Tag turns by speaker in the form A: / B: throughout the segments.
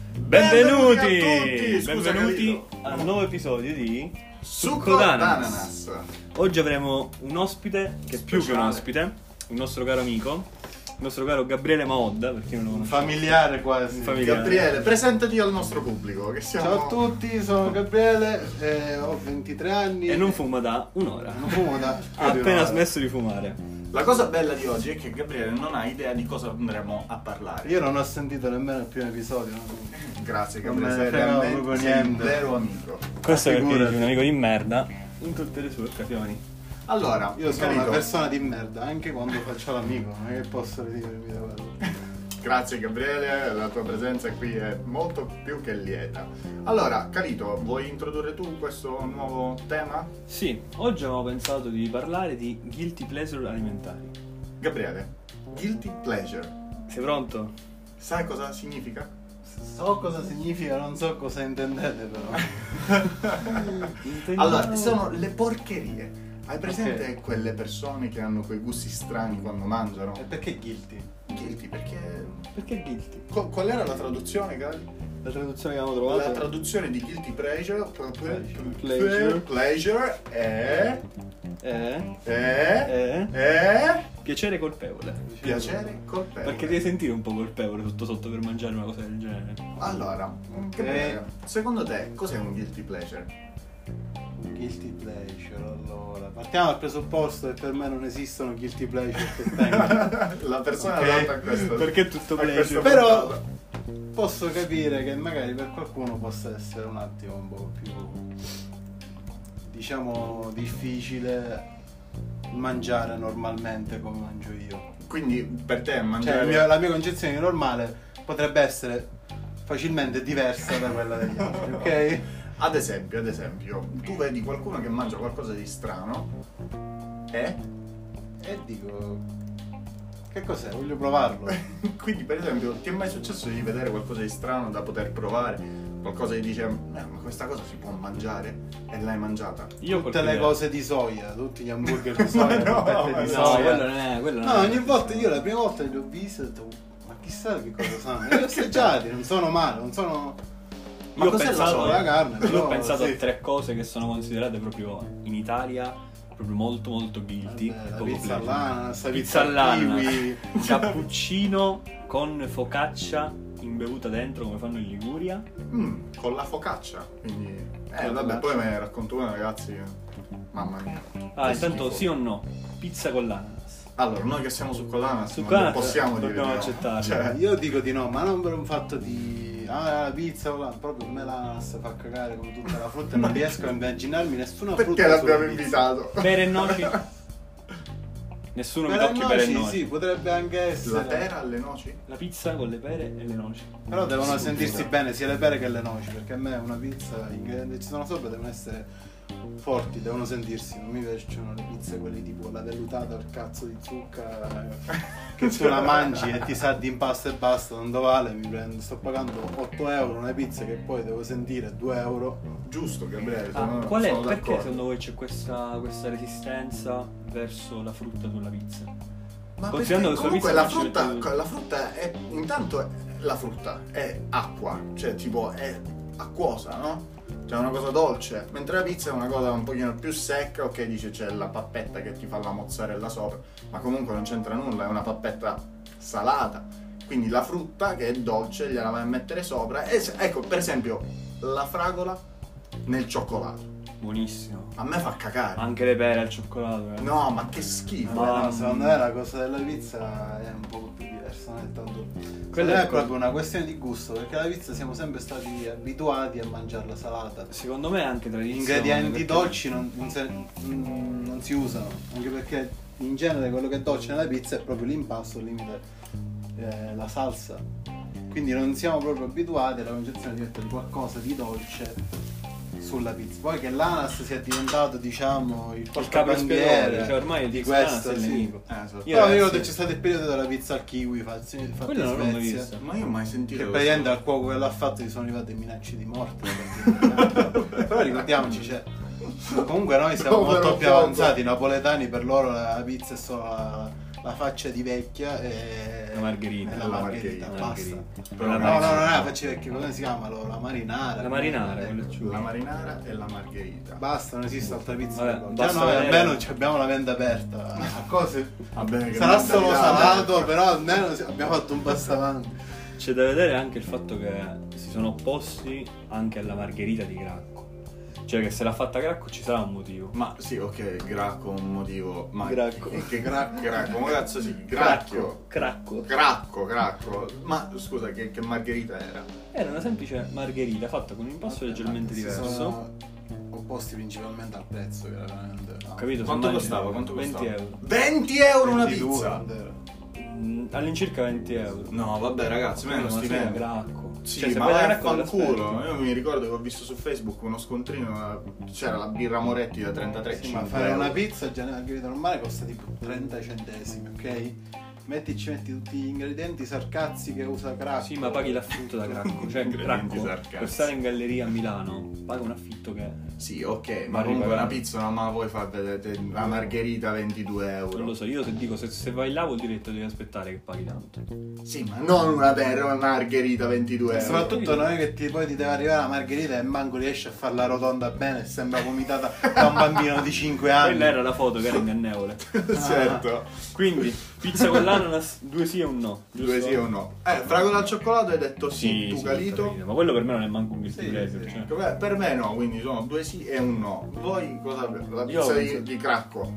A: Benvenuti!
B: Benvenuti a tutti! Scusa,
A: Benvenuti
B: capito.
A: al nuovo episodio di
B: Succo d'ananas.
A: Oggi avremo un ospite che è più che un
B: Speciale.
A: ospite, un nostro caro amico, il nostro caro Gabriele Maodda, per chi non lo
C: Un
A: conosce.
C: familiare quasi.
A: Familiare.
B: Gabriele, presentati al nostro pubblico che siamo...
C: Ciao a tutti, sono Gabriele, eh, ho 23 anni.
A: E non fuma da un'ora.
C: Non fumo da.
A: Ha
B: Ah,
A: appena smesso di fumare.
D: La cosa bella di oggi è che Gabriele non ha idea di cosa andremo a parlare.
C: Io non ho sentito nemmeno il primo episodio. no?
B: Grazie
C: Non
B: Gabriele,
C: me ne
B: sei
C: frega
B: realmente
C: proprio
B: sei un
C: niente.
B: vero amico.
A: Questo è perché
C: figurati.
A: è un amico di merda in tutte le sue occasioni.
B: Allora,
C: Io sono
B: carico.
C: una persona di merda, anche quando faccio l'amico, non è che posso ritirarmi da quello.
B: Grazie Gabriele, la tua presenza qui è molto più che lieta. Allora, Carito, vuoi introdurre tu questo nuovo tema?
A: Sì, oggi avevo pensato di parlare di guilty pleasure alimentari.
B: Gabriele, guilty pleasure.
A: Sei pronto?
B: Sai cosa significa?
C: So cosa significa, non so cosa intendete però.
B: Allora, sono le porcherie. Hai presente
C: Ok.
B: quelle persone che hanno quei gusti strani quando mangiano?
C: E perché guilty?
B: Guilty perché
A: Perché guilty?
B: Co- qual era la traduzione, Gali?
A: La traduzione che abbiamo
B: La
A: trovato
B: traduzione di guilty pleasure p- p-
A: Pleasure.
B: p- pleasure è
A: è...
B: è
A: è...
B: è
A: Piacere colpevole.
B: piacere colpevole.
A: Perché devi sentire un po' colpevole sotto sotto per mangiare una cosa del genere.
B: Allora,
A: Eh.
B: che bello. secondo te cos'è un guilty pleasure?
C: Guilty pleasure, allora. Partiamo dal presupposto che per me non esistono guilty pleasure che tengo.
B: la persona
C: Ok.
B: adatta a questo.
A: Perché tutto
B: a
A: pleasure?
B: questo
C: Però
B: puntato.
C: posso capire che magari per qualcuno possa essere un attimo un po' più diciamo difficile mangiare normalmente come mangio io.
B: quindi per te
C: Cioè il
B: mangiare
C: mio- la mia concezione di normale potrebbe essere facilmente diversa da quella degli altri, ok?
B: Ad esempio, ad esempio, tu vedi qualcuno che mangia qualcosa di strano e
C: E dico che cos'è? Voglio provarlo.
B: quindi per esempio ti è mai successo di vedere qualcosa di strano da poter provare? Qualcosa che dice, "Eh, ma questa cosa si può mangiare e l'hai mangiata.
A: Io
C: Tutte le cose di soia, tutti gli hamburger di soia, le
B: No,
C: polpette di
B: no,
A: No,
C: soia.
A: quello non è. Quello
C: No,
A: non è.
C: ogni volta io la prima volta li ho visti e ho detto, ma chissà che cosa sanno. Li ho assaggiati, non sono male, non sono.
A: Io
B: Ma
A: ho
B: cos'è la
A: pensato,
B: soia?
C: La carne,
A: io ho
C: però,
A: pensato
C: sì.
A: a tre cose che sono considerate proprio in Italia proprio molto molto guilty.
C: Vabbè, Eh, la
A: poco
C: pizza
A: pleasure.
C: all'ananas,
A: Pizza
C: la pizza
A: all'ananas.
C: al kiwi.
A: Cappuccino con focaccia imbevuta dentro come fanno in Liguria.
B: Mm, con la focaccia. Quindi. Eh
A: la
B: vabbè,
A: focaccia.
B: poi me ne racconto una ragazzi. Mamma mia.
A: Ah,
C: Eh,
B: Che
A: intanto
B: schifo.
A: sì o no? Pizza con l'ananas.
B: Allora, noi che siamo su collana,
A: Su
B: non
A: collana
B: possiamo dire.
A: dobbiamo
B: di no.
A: accettarlo.
B: Cioè,
C: Io dico di no, ma non per un fatto di. Ah, la pizza, là. proprio a me l'ananas fa cagare come tutta la frutta e non riesco a immaginarmi nessuna frutta.
B: perché l'abbiamo
C: sulla pizza.
B: invitato?
A: Pere e noci. Nessuno mi
C: Per
A: tocchi pere e
C: noci,
A: noci.
C: Eh, sì, potrebbe anche essere.
B: La pera alle noci?
A: La pizza con le pere e le noci.
C: Però devono
B: Sì,
C: sentirsi
B: sì.
C: bene sia le pere che le noci, perché a me una pizza, gli ingredienti che ci sono sopra devono essere forti, devono sentirsi, non mi piacciono le pizze quelle tipo la vellutata al cazzo di zucca eh, che tu la mangi e ti sa di impasto e basta, tanto vale, mi prendo, sto pagando 8 euro una pizza che poi devo sentire 2 euro.
B: Giusto, Gabriele.
A: Ah,
B: sono-
A: qual è?
B: sono
A: Perché
B: d'accordo.
A: secondo voi c'è questa, questa resistenza verso la frutta sulla pizza?
B: Ma
A: Considerando
B: perché
A: che sul
B: comunque
A: pizza
B: la
A: non ci
B: frutta,
A: mette-
B: la frutta è intanto è- la frutta è acqua, cioè tipo è acquosa, no? Cioè è una cosa dolce, mentre la pizza è una cosa un pochino più secca, ok, dice c'è la pappetta che ti fa la mozzarella sopra, ma comunque non c'entra nulla, è una pappetta salata. Quindi la frutta che è dolce gliela vai a mettere sopra e se- ecco, per esempio, la fragola nel cioccolato.
A: Buonissimo.
B: A me fa cagare.
A: Anche le pere al cioccolato, eh.
B: No, ma che schifo.
A: Ma-
C: Ma Eh, no, secondo me la cosa della pizza è un po' più diversa, non è tanto.
A: Quella
C: Quella
A: è
C: è proprio una questione di gusto, perché la pizza siamo sempre stati abituati a mangiarla salata.
A: Secondo me è anche
C: Gli
A: tradizione.
C: ingredienti
A: perché-
C: dolci non, non se- mm, non si usano, anche perché in genere quello che è dolce nella pizza è proprio l'impasto, il limite, eh, la salsa. Quindi non siamo proprio abituati alla concezione diretta di qualcosa di dolce sulla pizza. Poi che l'ananas sia diventato, diciamo, il
A: Il capro
C: portabandiere
A: cioè ormai il
C: di
A: pizza
C: questo,
A: è il
C: sì.
A: nemico.
B: Eh, esatto.
A: Io
C: Però io
A: ragazzi-
C: vedo c'è stato il periodo della pizza al kiwi, fatti fatta
A: Quello non l'ho
C: in
A: mai
C: Svezia.
A: visto.
B: Ma io ho mai sentito
C: Che
B: questo.
C: praticamente al cuoco che l'ha fatto gli sono arrivate minacce di morte. perché- Però ricordiamoci, cioè, comunque noi siamo
B: Povero
C: molto più
B: cuoco.
C: avanzati, i napoletani per loro la pizza è solo la, la faccia di vecchia e
A: La margherita.
C: e la
E: La
C: margherita,
E: margherita,
C: basta.
A: Però
C: No, no,
A: no,
C: no, non è la faccia vecchia, come si chiama? Lo- La marinara.
A: La marinara,
C: Eh,
A: quello giù.
E: La marinara e la margherita.
C: Basta, non esiste altra pizza.
A: Vabbè,
C: Già
A: basta
C: noi
A: vedere.
C: almeno ci abbiamo la venda aperta. A cose.
E: Va bene, che
C: Sarà solo
E: mentalità,
C: salato, però almeno si- abbiamo fatto un passo avanti.
A: C'è da vedere anche il fatto che si sono opposti anche alla margherita di Gracco. Cioè che se l'ha fatta Gracco ci sarà un motivo.
B: Ma sì, ok, Gracco un motivo. Ma
A: Gracco.
B: Che Gracco, Gracco, come cazzo si? Gracchio.
A: Gracco.
B: Gracco, Gracco. Ma scusa, che, che margherita era?
A: Era una semplice margherita fatta con un impasto leggermente
C: Si
A: diverso.
C: sono opposti principalmente al prezzo, che era veramente. no.
A: Ho Capito? Se
B: Quanto
A: mangi
B: costava? Quanto
A: 20
B: costava?
A: euro.
B: 20 euro una
C: 22,
B: pizza!
C: quando era.
A: Mm, All'incirca 20 euro.
B: No, vabbè ragazzi, me
A: Ma
B: lo
A: sei un
B: stipendio.
A: Gracco.
B: Sì,
A: Cioè, se
B: ma
A: vuoi la
B: vai a
A: Gracco te
B: fanculo.
A: l'aspetti.
B: Io mi ricordo che ho visto su Facebook uno scontrino, eh, c'era la birra Moretti da 33
C: Sì, ma fare una pizza già nella gravità normale costa tipo 30 centesimi, ok? Mettici metti tutti gli ingredienti sarcazzi che usa Cracco.
A: Sì, ma paghi l'affitto da Gracco. Cioè,
B: Ingredienti
A: Gracco,
B: sarcassi.
A: per stare in galleria a Milano, paga un affitto che
B: Sì, ok, ma
A: Ma
B: comunque
A: ripagare.
B: una pizza non me la puoi far vedere la margherita 22
A: Non lo
B: euro.
A: so, io ti dico, se, se vai là vuol dire che te devi aspettare che paghi tanto.
B: Sì, ma non una birra, una margherita 22
C: E
A: Eh,
B: euro.
C: Eh, soprattutto noi che ti, poi ti deve arrivare la margherita e manco riesce a farla rotonda bene, sembra vomitata da un bambino di 5 anni.
A: Quella era la foto che era ingannevole.
B: certo.
A: Quindi, pizza con l'ananas, due sì e un no. giusto?
B: Due sì o no? Eh, fragola al cioccolato hai detto sì,
A: Sì,
B: tu
A: sì,
B: calito.
A: Tucalito, Ma quello per me non è manco un guilty
C: Sì,
A: pleasure,
C: sì.
A: cioè.
B: Beh, per me no, quindi sono due sì e un no. Voi cosa La
A: Io
B: pizza
A: penso-
B: di, di cracco?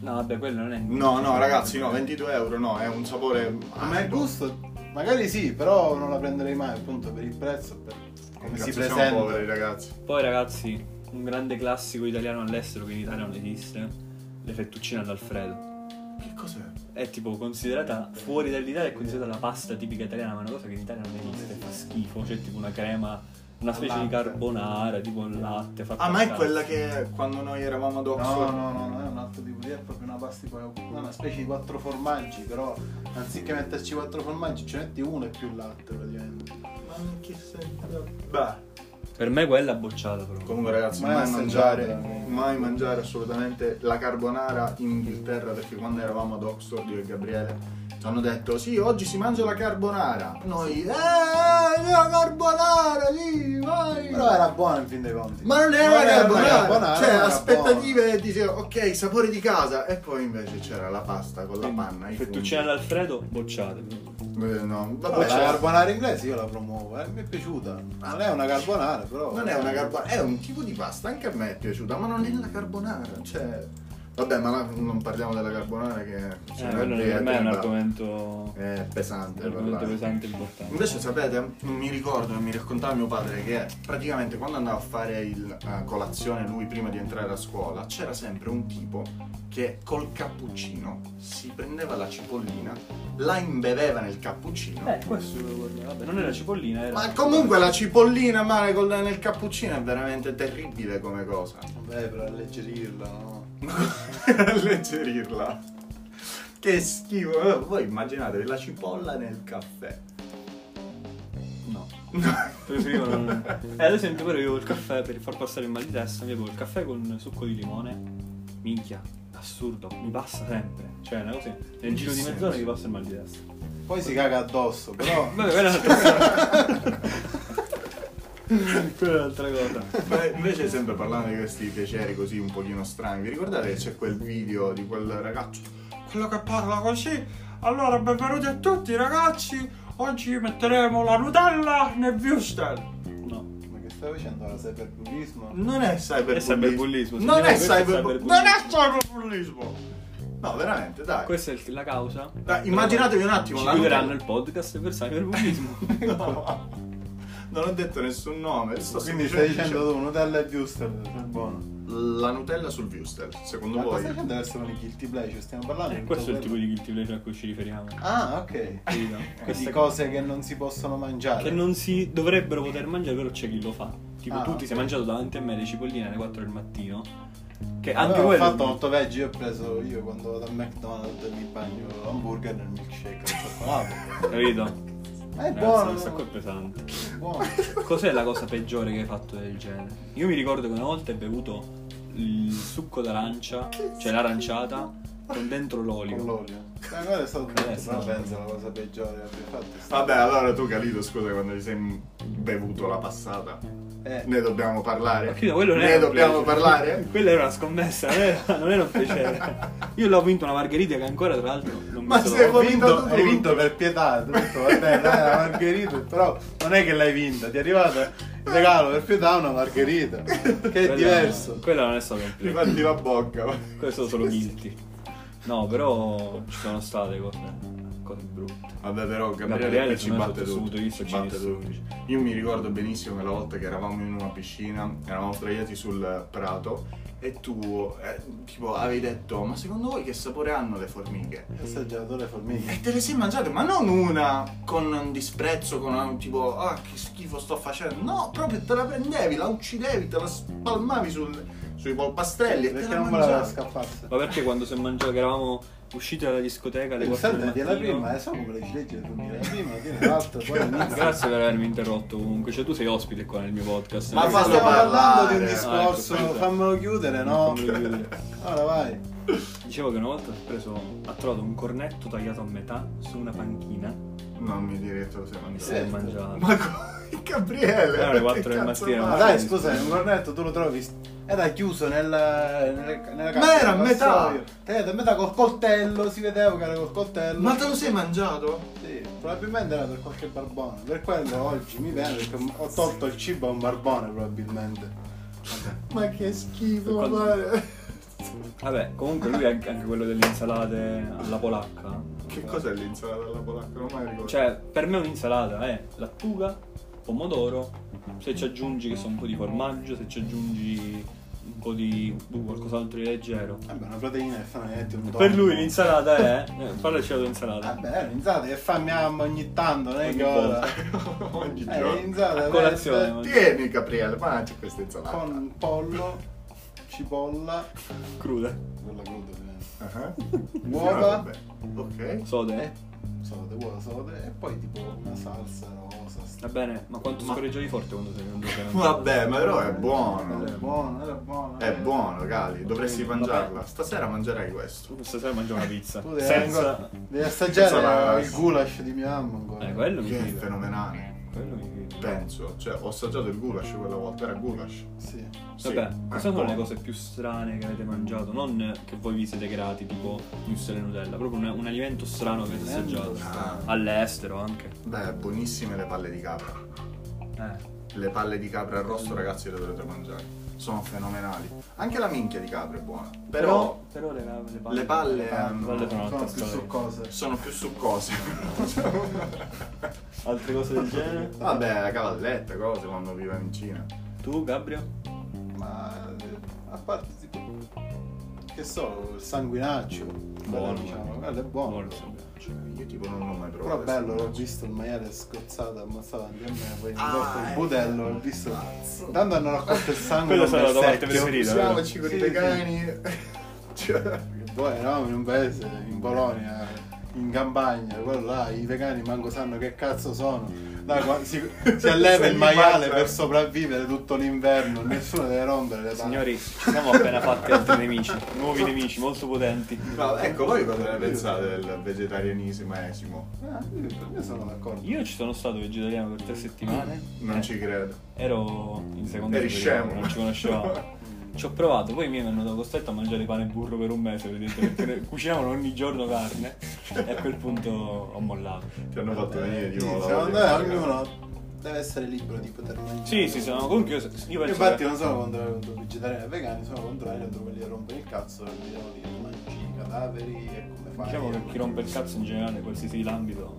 A: No, vabbè, quello non è.
B: No, no, ragazzi, no, 22 euro no, è un sapore.
C: Ma il gusto, magari sì, però non la prenderei mai appunto per il prezzo, per come
B: Cazzo,
C: si
B: siamo
C: presenta.
B: poveri, ragazzi.
A: Poi, ragazzi, un grande classico italiano all'estero che in Italia non esiste. Le fettuccine all'alfredo.
B: Che cos'è?
A: È tipo considerata fuori dall'Italia, è considerata la pasta tipica italiana, ma è una cosa che in Italia non esiste, fa schifo. C'è tipo una crema, una specie di
C: Latte.
A: carbonara, tipo il latte. fatta
B: Ah, ma è
A: a
B: quella che quando noi eravamo ad
C: No,
B: Oxford.
C: no, no, no, è un altro tipo di è proprio una pasta tipo una specie di quattro formaggi, però anziché metterci quattro formaggi ci metti uno e più latte praticamente.
B: Ma che senso? Beh.
A: Per me quella è bocciata però.
B: Comunque ragazzi,
C: Mai eh.
B: mai,
C: assaggiata.
B: mangiare, mai mangiare assolutamente la carbonara in Inghilterra perché quando eravamo ad Oxford io e Gabriele ci hanno detto sì, oggi si mangia la carbonara. Noi, eh, la carbonara, sì, vai.
C: Però era buono in fin dei conti.
B: Ma non
C: Non
B: era
C: era
B: carbonara,
C: carbonara,
B: cioè
C: era
B: aspettative dice ok, sapore di casa e poi invece c'era la pasta con la
A: Quindi,
B: panna. i
A: Fettuccine all'alfredo, bocciate.
B: funghi. Eh, no, vabbè,
C: Vabbè, la
B: c'era-
C: carbonara inglese io la promuovo, eh, mi è piaciuta. Non è una carbonara, però.
B: Non è una carbonara, è un tipo di pasta, anche a me è piaciuta, ma non è la carbonara, cioè... Vabbè, ma la- non parliamo della carbonara che...
A: Eh, quello per me è un argomento,
B: È pesante,
A: un argomento
B: parlare.
A: pesante e importante.
B: Invece sapete, mi ricordo e mi raccontava mio padre che praticamente quando andava a fare il, eh, colazione lui prima di entrare a scuola c'era sempre un tipo che col cappuccino si prendeva la cipollina, la imbeveva nel cappuccino
A: Eh, questo lo voglio- Vabbè, non era cipollina, era.
B: Ma comunque la cipollina male col- nel cappuccino è veramente terribile come cosa.
C: Vabbè, per alleggerirla, no?
B: Eh. Alleggerirla. Che schifo. eh, Voi immaginate la cipolla nel caffè.
A: No. Preferivo non. Eh, ad esempio, però io il caffè per far passare il mal di testa, mi bevo il caffè con succo di limone. Minchia, assurdo, mi passa sempre. Cioè, è una cosa. Nel giro di mezz'ora mi passa il mal di testa.
C: Poi si caga addosso, però.
A: Vabbè, quella è un'altra cosa. quella è un'altra cosa.
B: Ma invece sempre parlando di questi piaceri così un pochino strani, vi ricordate che c'è quel video di quel ragazzo? Quello che parla così? Allora, benvenuti a tutti ragazzi! Oggi metteremo la Nutella nel Wustel!
A: No.
C: Ma che stai facendo? La cyberbullismo?
B: Non è cyberbullismo.
A: È cyberbullismo, sì,
B: Non
A: no,
B: è
A: questo è
B: cyberbullismo. Non è cyberbullismo. No, veramente, dai.
A: Questa è il- la causa.
B: Dai, immaginatevi un attimo
A: Ci
B: la
A: chiuderanno
B: Nutella.
A: il podcast per cyberbullismo.
B: No. Non ho detto nessun nome. Sto
C: Quindi stai
B: semplicemente
C: dicendo tu, Nutella e Buster, sei buono.
B: la Nutella sul Wustel, secondo
C: Ma cosa
B: voi?
C: stai facendo adesso con i guilty pleasure? Stiamo parlando
A: Eh,
C: di
A: questo è
C: tutto
A: il tipo di guilty pleasure a cui ci riferiamo.
C: quello? Ah, ok.
A: Capito?
C: Queste
A: Queste
C: cose che non si possono mangiare.
A: che non si dovrebbero poter mangiare, però c'è chi lo fa. Tipo,
C: Ah,
A: tu ti sei
C: ok.
A: mangiato davanti a me le cipolline alle 4 del mattino. Che
C: Allora,
A: anche
C: ho
A: quello.
C: fatto 8 veggie, io ho preso io quando vado a McDonald's mi bagno l'hamburger nel milkshake al cioccolato.
A: Capito?
C: Ma è
A: Ragazzi,
C: buono,
A: Questa qua è pesante.
C: è buono.
A: Cos'è la cosa peggiore che hai fatto del genere? Io mi ricordo che una volta ho bevuto il succo d'arancia, cioè l'aranciata, con dentro l'olio.
C: con l'olio. Ma guarda, è stato
A: Eh,
C: brutto,
A: sì.
C: però penso la cosa peggiore eh, che abbia fatto. è stato-
B: Vabbè, allora tu Calito, scusa, quando ti sei bevuto la passata,
C: Eh,
B: ne dobbiamo parlare?
A: Ma Chino, quello non
B: ne
A: era un
B: dobbiamo
A: piacere.
B: parlare?
A: Quella era una scommessa, non era, non era un piacere. Io l'ho vinto una margherita che ancora tra l'altro non
B: Ma
A: mi sono...
B: se
C: Hai
B: vuoi-
C: vinto, hai vinto per pietà, tutto, vabbè, dai, la margherita, però non è che l'hai vinta, ti è arrivata il regalo per pietà una margherita, che
A: Quella-
C: è diverso.
A: Quella non è stata un
B: Ti
A: piacere,
B: fatti la bocca. va.
A: quelle sono solo guilty. No, però ci sono state cose, cose brutte.
B: Vabbè, però Gabriele,
A: Gabriele,
B: ci
A: secondo me,
B: batte
A: sotto il
B: tutti.
A: punto di vista
B: Ci batte
A: cinese.
B: tutti. Io mi ricordo benissimo quella volta che eravamo in una piscina, eravamo sdraiati sul prato e tu eh, tipo avevi detto: Ma secondo voi che sapore hanno le formiche?
C: Hai assaggiato le formiche.
B: E te le sei mangiate, ma non una con un disprezzo, con un tipo, ah che schifo sto facendo. No, proprio te la prendevi, la uccidevi, te la spalmavi sul- sui polpastrelli e te
C: Perché
B: la
C: non me la
B: mangiavi.
C: scappasse?
A: Ma perché quando si è mangiato, che eravamo usciti dalla discoteca alle 4 del
C: Senti, la eh.
A: mattino-
C: prima, è solo quelle ciliegie le formiche, la prima, tiene l'altra, poi inizia.
A: Grazie per avermi interrotto comunque, cioè tu sei ospite qua nel mio podcast.
B: Ma
A: Non
B: fallo
A: so-
C: Stiamo parlando di un
B: parlare.
C: discorso,
A: Ah, ecco, scusa.
C: fammelo chiudere, no?
A: non so come dire.
C: Allora vai.
A: Dicevo che una volta ha preso, ha trovato un cornetto tagliato a metà su una panchina
B: Non mi dire che te lo sei
A: e
B: mangiato.
A: se l'è
C: Certo.
A: mangiato.
B: Ma co- Gabriele!
A: Erano le quattro
B: che
A: del
B: cazzo
A: mattino,
B: fai?
C: Ma
A: Ah,
C: dai,
A: sì.
C: scusa, un cornetto tu lo trovi. Era chiuso nel, nelle- nella
B: Ma era a
C: del
B: metà.
C: vassoio. Tagliato a metà col coltello, si vedeva che era col coltello.
B: Ma te lo sei mangiato?
C: Sì, probabilmente era per qualche barbone. Per quello oggi mi viene perché ho tolto il cibo a un barbone probabilmente.
B: Ma che schifo,
A: Quando-
B: guarda.
A: Vabbè, comunque lui è anche anche quello delle insalate alla polacca.
B: Che cos'è l'insalata alla polacca? Non mai ricordo.
A: Cioè, per me un'insalata è lattuga, pomodoro, se ci aggiungi che so un po' di formaggio, se ci aggiungi un po' di uh, qualcos'altro di leggero.
C: Vabbè, una proteina che fa niente un
A: Per lui
C: tonno.
A: l'insalata è... Eh, parlaci della tua insalata.
C: Vabbè, l'insalata che fa miamma ogni tanto, non è
A: Ogni
C: che ora.
B: Ogni
C: Eh,
B: giorno.
C: l'insalata
A: A
C: deve
A: colazione.
C: essere
A: mangi-
B: Tieni, Gabriele, mangia questa insalata.
C: con pollo, cipolla,
A: Cruda.
C: quella cruda ovviamente.
B: Ah,
A: Ah,
C: Uova,
B: vabbè. Ok.
A: Sode, eh?
C: sode, uova, sode e poi tipo una salsa rosa. sta-
A: Va bene, ma quanto
B: Ma-
A: scorreggiavi forte quando sei venuto? che non-
B: Vabbè, ma però è
C: Era
B: buono.
C: Eh, buono, era buono. eh.
B: È
C: era-
B: buono, Gali, dovresti
A: Vabbè.
B: mangiarla. Stasera mangerai questo.
A: Tu stasera mangi una pizza.
B: eh,
C: Tu devi,
A: Senza...
C: devi assaggiare
B: Senza-
C: il goulash di mia mamma ancora.
A: Eh, quello mi
B: Che è
A: figa.
B: fenomenale.
A: Quello mi figa.
B: Penso, cioè, ho assaggiato il goulash quella volta, era goulash.
C: Sì.
B: Sì,
A: Vabbè,
B: è
A: queste sono
B: buono.
A: le cose più strane che avete mangiato? Non che voi vi siete creati tipo mussel e Nutella, proprio un, un alimento strano che avete assaggiato.
B: Ah,
A: All'estero anche.
B: Beh, buonissime le palle di capra.
A: Eh.
B: Le palle di capra arrosto, ragazzi, le dovrete mangiare. Sono fenomenali. Anche la minchia di capra è buona. Però
A: però le, le palle.
B: le palle ehm,
A: Le
B: hanno-
A: palle sono
C: Sono
A: un'altra
C: più
A: storia.
C: succose.
B: sono più succose.
A: Altre cose del genere?
B: Vabbè, la cavalletta, cose, quando vivevo in Cina.
A: Tu, Gabriel?
C: Ma eh, a parte tipo. Che so, il sanguinaccio.
B: Mm.
C: Quello,
A: Buono,
C: diciamo,
A: eh.
C: quello è buono.
B: Cioè, io tipo non l'ho mai
C: Però
B: provato.
C: è bello, l'ho visto il maiale scozzato, ammazzato davanti a me, poi mi
B: Ah,
C: porto il
B: eh.
C: budello, l'ho visto. Tanto hanno raccolto il sangue.
A: Quella
C: dal
A: sarà la tua parte
C: bersecchio.
A: preferita.
B: Usiamoci con
C: Sì,
B: i
C: sì.
B: vegani. Cioè,
C: Perché Poi eravamo in un paese, in Polonia, in campagna, quello là, i vegani manco sanno che cazzo sono. Là, qua- si, si alleva
B: Se
C: il
B: li
C: maiale
B: mangiano.
C: per sopravvivere tutto l'inverno, nessuno deve rompere le palle.
A: Signori, ci siamo appena fatti altri nemici, nuovi nemici molto potenti.
B: no, ecco, voi cosa ne pensate del vegetarianismo esimo?
C: Ah, io, io sono d'accordo.
A: Io ci sono stato vegetariano per tre settimane.
B: Non
A: Eh,
B: ci credo.
A: Ero in seconda
B: Eri
A: superiore,
B: scemo.
A: non ci conoscevamo. Ci ho provato, poi i miei mi hanno costretto a mangiare pane e burro per un mese, praticamente, perché cucinavano ogni giorno carne e a quel punto ho mollato.
B: Ti hanno fatto venire di
C: Sì,
B: nuovo. la
C: secondo me
B: voglia di mangiare.
C: ognuno deve essere libero di poter mangiare.
A: Sì, sì, sono comunque io, io
C: Io
A: penso
C: infatti
A: che-
C: non sono contrario contro i vegetariani e vegani, sono contrario contro quelli che rompono il cazzo e dicono che mangi i cadaveri e come fai.
A: diciamo
B: eh.
A: che chi rompe il cazzo in generale in qualsiasi ambito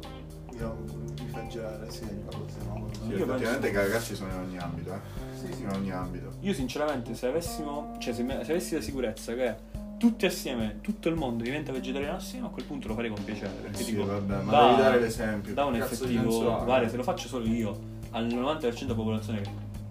C: Io mi fa girare, sì, se no.
B: Sì,
A: Io
B: effettivamente i cagacci sono in ogni ambito, eh.
C: Sì, sì.
B: In ogni ambito.
A: Io sinceramente se avessimo, cioè se, me- se avessi la sicurezza che tutti assieme, tutto il mondo diventa vegetariano assieme, a quel punto lo farei con piacere. Perché
B: Sì,
A: dico,
B: vabbè, ma
A: da-
B: devi dare l'esempio.
A: Da un
B: Cazzo di senso
A: effettivo,
B: ha? eh.
A: guarda, se lo faccio solo io, al 90% della popolazione,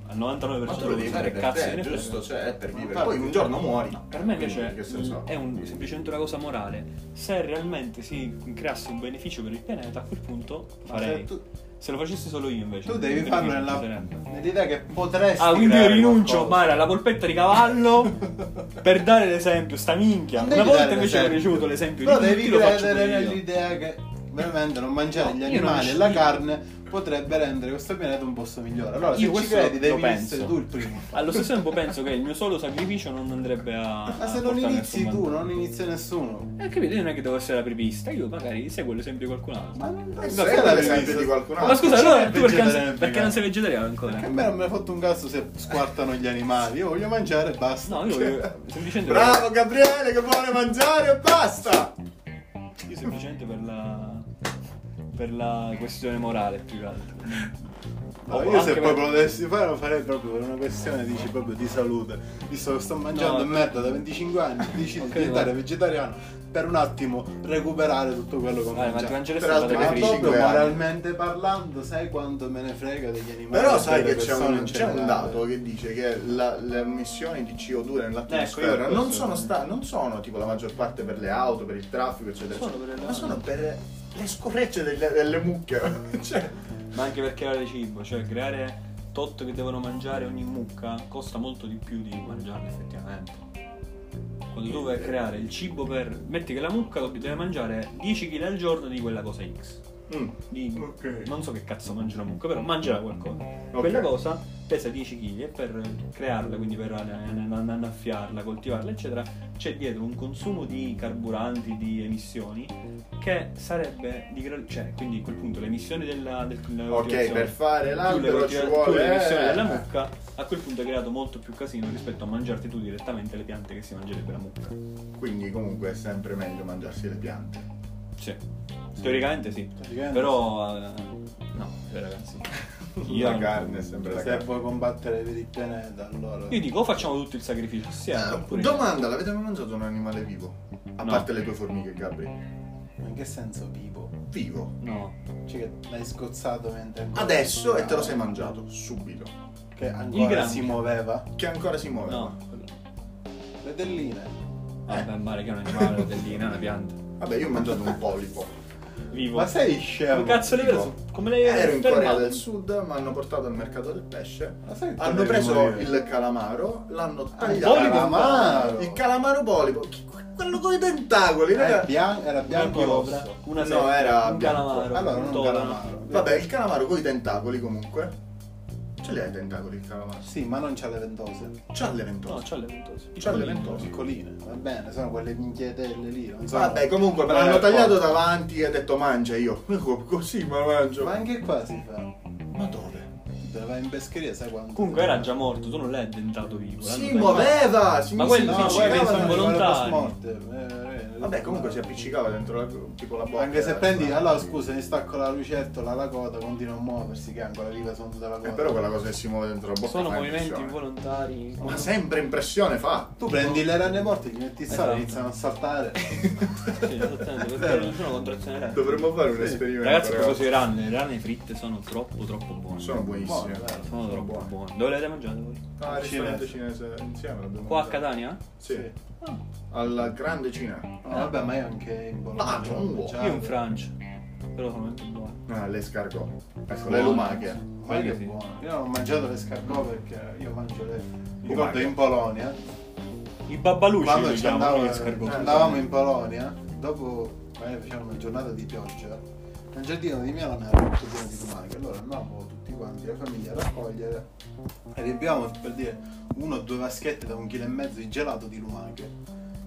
A: al 99%
B: Ma
A: della
B: tu lo devi
A: popolazione,
B: fare per
A: cazzo,
B: te,
A: me ne frega.
B: giusto? Cioè, è per
C: Ma
B: vivere.
C: infatti-
B: Poi un giorno muori.
A: eh. Per me
B: Quindi,
A: invece
B: che senso
A: mh,
B: ha?
A: è un- semplicemente una cosa morale. Se realmente si creasse un beneficio per il pianeta, a quel punto
C: Ma se
A: farei.
C: tu-
A: Se lo facessi solo io invece.
C: Tu devi
A: perché
C: farlo
A: mi
C: nella,
A: piacerebbe.
C: nell'idea che potresti.
A: Ah, quindi io
C: creare
A: rinuncio,
C: eh, qualcosa.
A: Mara, alla polpetta di cavallo per dare l'esempio, sta minchia.
C: Non
A: Una
C: devi
A: volta
C: dare
A: invece ho
C: l'esempio.
A: ricevuto l'esempio
C: Però
A: di tutti,
C: devi
A: lo faccio
C: credere
A: pure io.
C: nell'idea che veramente non mangiare
A: No,
C: gli
A: io
C: animali
A: non-
C: e la carne potrebbe rendere questo pianeta un posto migliore. Allora,
A: Io
C: se ci
A: questo
C: credi,
A: lo
C: devi
A: penso.
C: essere tu il primo.
A: Allo stesso tempo penso che il mio solo sacrificio non andrebbe a.
C: Ma
A: a
C: se non
A: portare
C: inizi
A: nessun
C: tu,
A: vantaggio.
C: non inizia nessuno.
A: Eh, capito, io non è che devo essere la prevista, io magari seguo l'esempio di qualcun altro.
C: Ma non
B: Eh,
C: so
B: sei
C: se l'avevi
B: l'esempio
C: visto.
B: di qualcun
A: Ma,
B: altro.
A: scusa,
C: non
A: allora
C: c'è
A: tu perché non, sei,
C: vegetariano,
A: perché non
C: ragazzi.
A: sei vegetariano ancora?
C: Che a me non me ne ha fatto un cazzo se squartano gli animali. Io voglio mangiare e basta.
A: No, io
C: Cioè,
A: voglio- semplicemente per,
B: Bravo Gabriele che vuole mangiare e basta!
A: io semplicemente per la. per la questione morale più che altro.
C: No,
A: Oh,
C: io se
A: anche
C: proprio
A: per-
C: lo dovessi fare lo farei proprio per una questione dici proprio di salute. Visto che sto mangiando
A: No.
C: merda da 25 anni, decido
A: Ok,
C: di diventare
A: va.
C: vegetariano per un attimo recuperare tutto quello che ho
A: Vale, ma ti
C: mangiato.
A: mangeresti la
B: Peraltro,
A: patata
C: Ma
B: per
A: fritta?
B: i 25
C: proprio
B: anni.
C: moralmente parlando, sai quanto me ne frega degli animali?
B: Però
C: e
B: sai
C: delle
B: che c'è
C: persone
B: un,
C: in
B: c'è un
C: generale?
B: dato che dice che la- le emissioni di CO2
A: Ecco,
B: nell'atmosfera
A: io
B: non,
A: questo-
B: sono sta- non sono tipo la maggior parte per le auto, per il traffico, eccetera,
A: Sono
B: eccetera,
A: per le
B: ma
A: auto.
B: sono per le scorrecce delle, delle mucche. cioè,
A: Ma anche per creare cibo, cioè creare tot che devono mangiare ogni mucca costa molto di più di mangiarle effettivamente. Quando tu vai a creare il cibo per. metti che la mucca deve mangiare 10 kg al giorno di quella cosa X.
B: mm,
A: Di-
B: Ok.
A: Non so che cazzo mangia la mucca, però mangerà qualcosa.
B: ok.
A: Quella cosa pesa 10 kg e per crearla, quindi per an- an- annaffiarla, coltivarla, eccetera, c'è dietro un consumo di carburanti, di emissioni, che sarebbe di gra- cioè, quindi a quel punto le emissioni della, del, della
B: Ok,
A: coltivazione
B: per fare
A: più le
B: l'albero ci
A: coltiva- più
B: vuole...
A: le emissioni della
B: eh,
A: mucca, a quel punto hai creato molto più casino rispetto a mangiarti tu direttamente le piante che si mangerebbe la mucca.
B: Quindi comunque è sempre meglio mangiarsi le piante.
A: Sì. Teoricamente sì.
C: Praticamente,
A: Però eh, no, eh, ragazzi.
B: la
A: Io,
B: carne è sempre la
C: se
B: carne.
C: vuoi combattere per il pianeta, allora.
A: io dico o facciamo tutto il sacrificio assieme. oppure-
B: Domanda, l'avete mai mangiato un animale vivo? A
A: No.
B: parte le tue formiche, Gabri.
C: Ma in che senso vivo?
B: Vivo.
A: No.
C: Cioè, che l'hai scozzato mentre. ancora
B: Adesso e te lo
C: respirava,
B: sei mangiato, subito.
C: Che
A: Il
C: ancora
A: granchio.
C: si muoveva.
B: Che ancora si muove.
A: No.
C: Le telline.
A: Vabbè, male che è un animale, la tellina, è una pianta.
B: Vabbè, io ho mangiato un polipo.
A: Vivo.
C: Ma sei scemo?
A: Come cazzo l'hai
B: vivo.
A: preso? Come l'hai
B: Ero in Corea
A: fermato?
B: del Sud, mi hanno portato al mercato del pesce.
C: Ma sai che
B: Hanno
C: devi
B: preso
C: morire?
B: il calamaro, l'hanno tagliato.
A: Ah, polipo? Ah. Eh,
C: Calamaro.
B: Il calamaro polipo. Chi- Quello con i tentacoli,
C: Eh, Era
B: raga.
C: bian- era bianco
A: Una
C: o rosso?
A: piovra, Una
B: No,
A: serpe,
B: era
A: un
B: bianco.
A: calamaro,
C: Allora
A: un
C: non un
A: toro.
C: calamaro.
B: Vabbè, il calamaro con i tentacoli comunque. Ce li ha i tentacoli il calamaro?
C: Sì, ma non c'ha le ventose.
B: C'ha le
A: No,
B: ventose.
A: c'ha le ventose.
B: C'ha le
A: Piccolino.
B: ventose.
C: Piccoline. Va bene, sono quelle minchietelle lì. Non sono...
B: Vabbè, comunque me
C: Vabbè,
B: l'hanno tagliato
C: poi.
B: davanti e ho detto mangia io. Co- Così me lo mangio.
C: Ma anche qua si fa.
B: Ma dove?
C: Te la vai in pescheria, sai quanto.
A: Comunque era già morto, tu non l'hai addentato vivo. eh, l'hanno
B: Si
A: tagliato.
B: muoveva! Si
A: Ma
B: si
A: quello
C: No,
A: si
B: appiccicava
C: poi
A: muoveva
B: nel-
C: pensano
A: sono
C: di fare
A: volontari.
C: post-morte. Eh, eh,
B: Vabbè, comunque si appiccicava dentro la, tipo la bocca.
C: Anche se prendi,
B: Ma-
C: allora scusa, mi stacco la lucertola, la coda, continua a muoversi, che ancora lì sono tutta la coda.
B: Eh, però quella cosa che si muove dentro la bocca.
A: Sono
B: fa
A: movimenti
B: impressione.
A: involontari.
B: Ma sempre impressione fa.
C: Tu prendi le rane morte, gli metti il sale,
A: Esatto.
C: iniziano a saltare.
A: Sì, esattamente, perché non sono contrazioni retali.
B: Dovremmo fare un
C: Sì.
B: esperimento.
A: Eh. Ragazzi, a
B: ragazzi.
A: proposito di rane, le rane fritte sono troppo troppo buone.
B: Sono buonissime.
C: Buono, vero.
A: eh, Sono troppo
B: buone.
A: buone. Dove le avete mangiate voi?
B: Ah, il ristorante cinese insieme l'abbiamo
A: Qua a
B: mangiato.
A: Catania?
B: Sì. Alla grande Cina.
A: Eh.
C: No, vabbè, ma io anche in Bologna.
B: Ah, lungo.
C: Ciao.
A: Io in Francia. Però sono molto buone.
B: Ah, le scargot. Ecco,
A: Buone.
B: le lumache.
C: Ma che
A: Sì.
C: buono. Io non ho mangiato le scargot perché io mangio le. Mi ricordo
B: Lumache.
C: in Polonia.
A: I babbaluci
C: Quando
A: li
C: ci
A: chiamano,
C: andavo- eh,
A: gli scargotti.
C: andavamo in Polonia, dopo magari facevamo una giornata di pioggia, nel giardino di mia nonna era tutto pieno di lumache. Allora andavamo tutti quanti, la famiglia, a raccogliere e riempivamo per dire uno o due vaschette da un chilo e mezzo di gelato di lumache.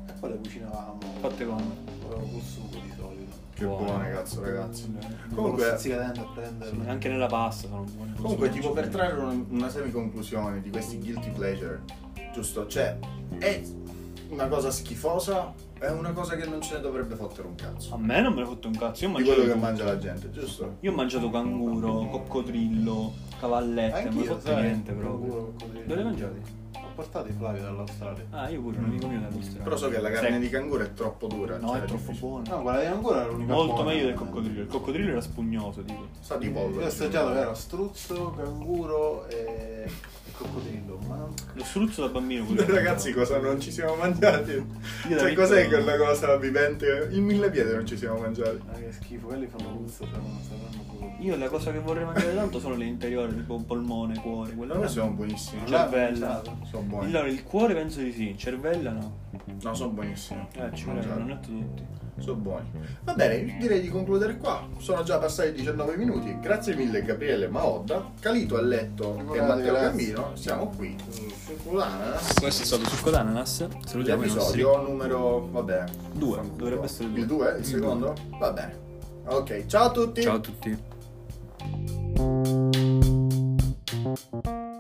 C: E poi le cucinavamo
A: Fatte come?
C: col sugo di solito.
B: Che
A: Buone.
B: buone, cazzo, ragazzi.
C: Comunque,
B: Comunque-
C: lo stuzzica a prendere.
A: Sì, Anche nella pasta sono buone.
B: Comunque, tipo per trarre un- una semi-conclusione di questi guilty pleasure, giusto? Cioè, è una cosa schifosa, è una cosa che non ce ne dovrebbe fottere un cazzo.
A: A me non me ne fotte un cazzo. Io ho
B: Di quello
A: mangiato,
B: che mangia la gente, giusto?
A: io ho mangiato canguro, coccodrillo, cavallette. Non mi
C: Anch'io,
A: fotte
C: sai,
A: niente
C: col
A: proprio.
C: culo, così.
A: Dove le mangiate?
C: Ho portato i Flavio dall'Australia.
A: Ah, io pure, un amico mio dall'Australia.
B: Però so che la carne
A: Secco.
B: di canguro è troppo dura.
A: No,
B: cioè,
A: è troppo
B: difficile.
A: buona.
C: No, quella di ancora era l'unica
A: Molto
C: buona,
A: meglio del
C: veramente.
A: coccodrillo. Il coccodrillo era spugnoso, tipo.
B: Sa di pollo. cioè.
C: Io ho assaggiato che era struzzo, canguro e coccodrillo, ma
A: Lo struzzo da bambino. quello
B: Noi
A: che
B: Ragazzi,
A: mangiavo.
B: cosa non ci siamo mangiati?
A: Io da
B: Cioè,
A: piccolo-
B: cos'è quella cosa vivente? In mille piedi non ci siamo mangiati.
C: ah, che schifo, quelli fanno puzza, però non saranno coccodrillo.
A: Io la cosa che vorrei mangiare tanto sono le interiori, tipo polmone, cuore, quello
B: Loro
A: là.
B: sono buonissimi.
A: Cioè, bella.
B: Sono buoni.
A: Allora, il cuore penso di sì, il cervello no.
B: No, sono buonissimi.
A: Eh, ci
B: Mangiati.
A: vogliono, non detto tutti.
B: Sono buoni. Va bene, direi di concludere qua. Sono già passati 19 minuti. Grazie mille Gabriele Maodda, Calito a letto e
C: Guardate,
B: Matteo
C: grazie.
B: Gambino. Siamo qui. su Culanas.
A: Questo è stato Succo d'ananas. Salutiamo i nostri.
B: L'episodio numero, vabbè,
A: Due,
B: fanculo.
A: dovrebbe essere due.
B: il 2, il
A: Il
B: secondo. Va bene. Ok, ciao a tutti.
A: Ciao a tutti.